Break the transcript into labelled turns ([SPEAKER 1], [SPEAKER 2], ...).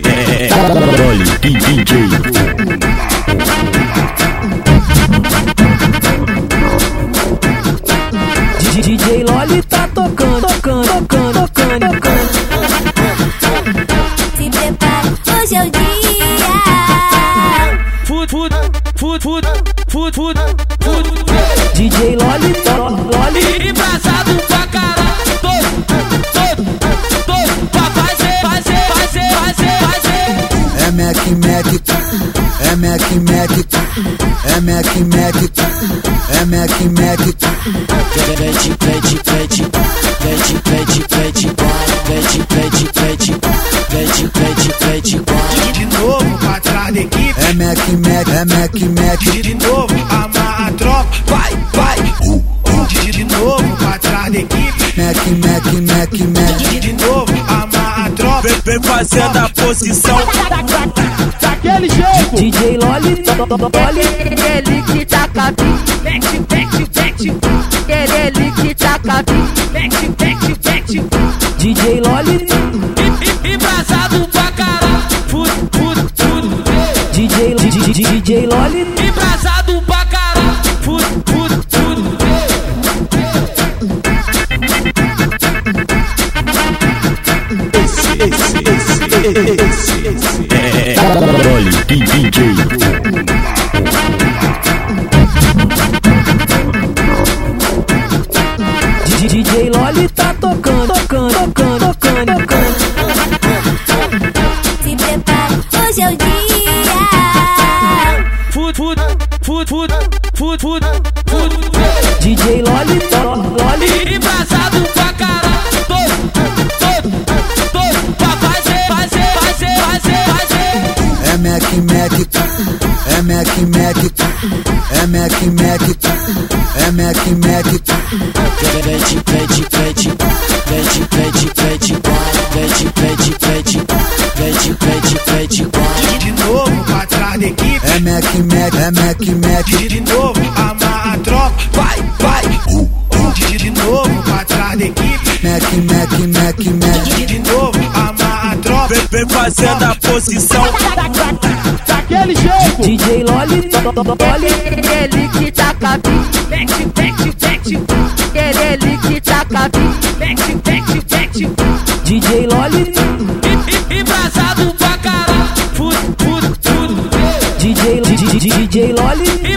[SPEAKER 1] Carole e É. DJ.
[SPEAKER 2] DJ Loli tá tocando, tocando, tocando, tocando, tocando.
[SPEAKER 3] Se prepara, hoje é o dia.
[SPEAKER 4] Food, food, food, food, food, food, food.
[SPEAKER 2] DJ Loli, to- Loli.
[SPEAKER 4] Embrasado pra caralho. Todo, todo, todo. Pra fazer, fazer, fazer, fazer, fazer.
[SPEAKER 5] É Mac Mac, é Mac Mac, é Mac Mac, é Mac Mac. Pede, pede, pede, pede, pede, pede, pede, pede, pede, pede, pede, pede,
[SPEAKER 6] De novo pra trás da equipe.
[SPEAKER 5] É Mac Mac, é Mac Mac.
[SPEAKER 6] De novo, amarra a tropa. Vai, vai. De novo pra trás da equipe.
[SPEAKER 5] Uh, Mac, Mac, Mac, Mac.
[SPEAKER 6] De novo, amarra a tropa.
[SPEAKER 7] Vem fazendo a posição.
[SPEAKER 2] DJ Loli, to- to- to- Loli.
[SPEAKER 8] Derelique taca Mete, mete, mete Derelique taca Mete, mete, mete
[SPEAKER 2] DJ Loli,
[SPEAKER 4] E- e- Embrasado pra caralho. Food, food, food.
[SPEAKER 2] DJ, DJ, DJ Loli.
[SPEAKER 4] Embrasado pra caralho. Food, food, food.
[SPEAKER 1] Carole e É. DJ.
[SPEAKER 2] DJ Loli tá tocando, tocando, tocando, tocando, tocando.
[SPEAKER 3] Se prepara, hoje é o dia.
[SPEAKER 4] Food, food, food, food, food, food, food.
[SPEAKER 2] DJ Loli, to- Loli.
[SPEAKER 4] Embrasado pra caralho. Todo, todo, todo. Pra fazer, fazer, fazer, fazer, fazer.
[SPEAKER 5] É Mac Mac, é Mac Mac, é Mac Mac, é Mac Mac. Pede, pede, pede, pede, pede, pede, pede, pede, pede, pede, pede, pede,
[SPEAKER 6] De novo pra trás da equipe.
[SPEAKER 5] É Mac Mac, é Mac Mac,
[SPEAKER 6] De novo, amarra a tropa. Vai,
[SPEAKER 5] Uh,
[SPEAKER 6] vai. De novo pra trás da equipe.
[SPEAKER 5] Mac Mac Mac Mac.
[SPEAKER 6] De novo, amarra a tropa.
[SPEAKER 7] Vem fazendo a posição.
[SPEAKER 2] DJ Loli, to- to- to- Loli.
[SPEAKER 8] Derelique taca Mete, mete, mete Derelique taca Mete, mete, mete
[SPEAKER 2] DJ Loli,
[SPEAKER 4] E- e- Embrasado pra caralho. Food, food, food.
[SPEAKER 2] DJ, DJ, DJ Loli.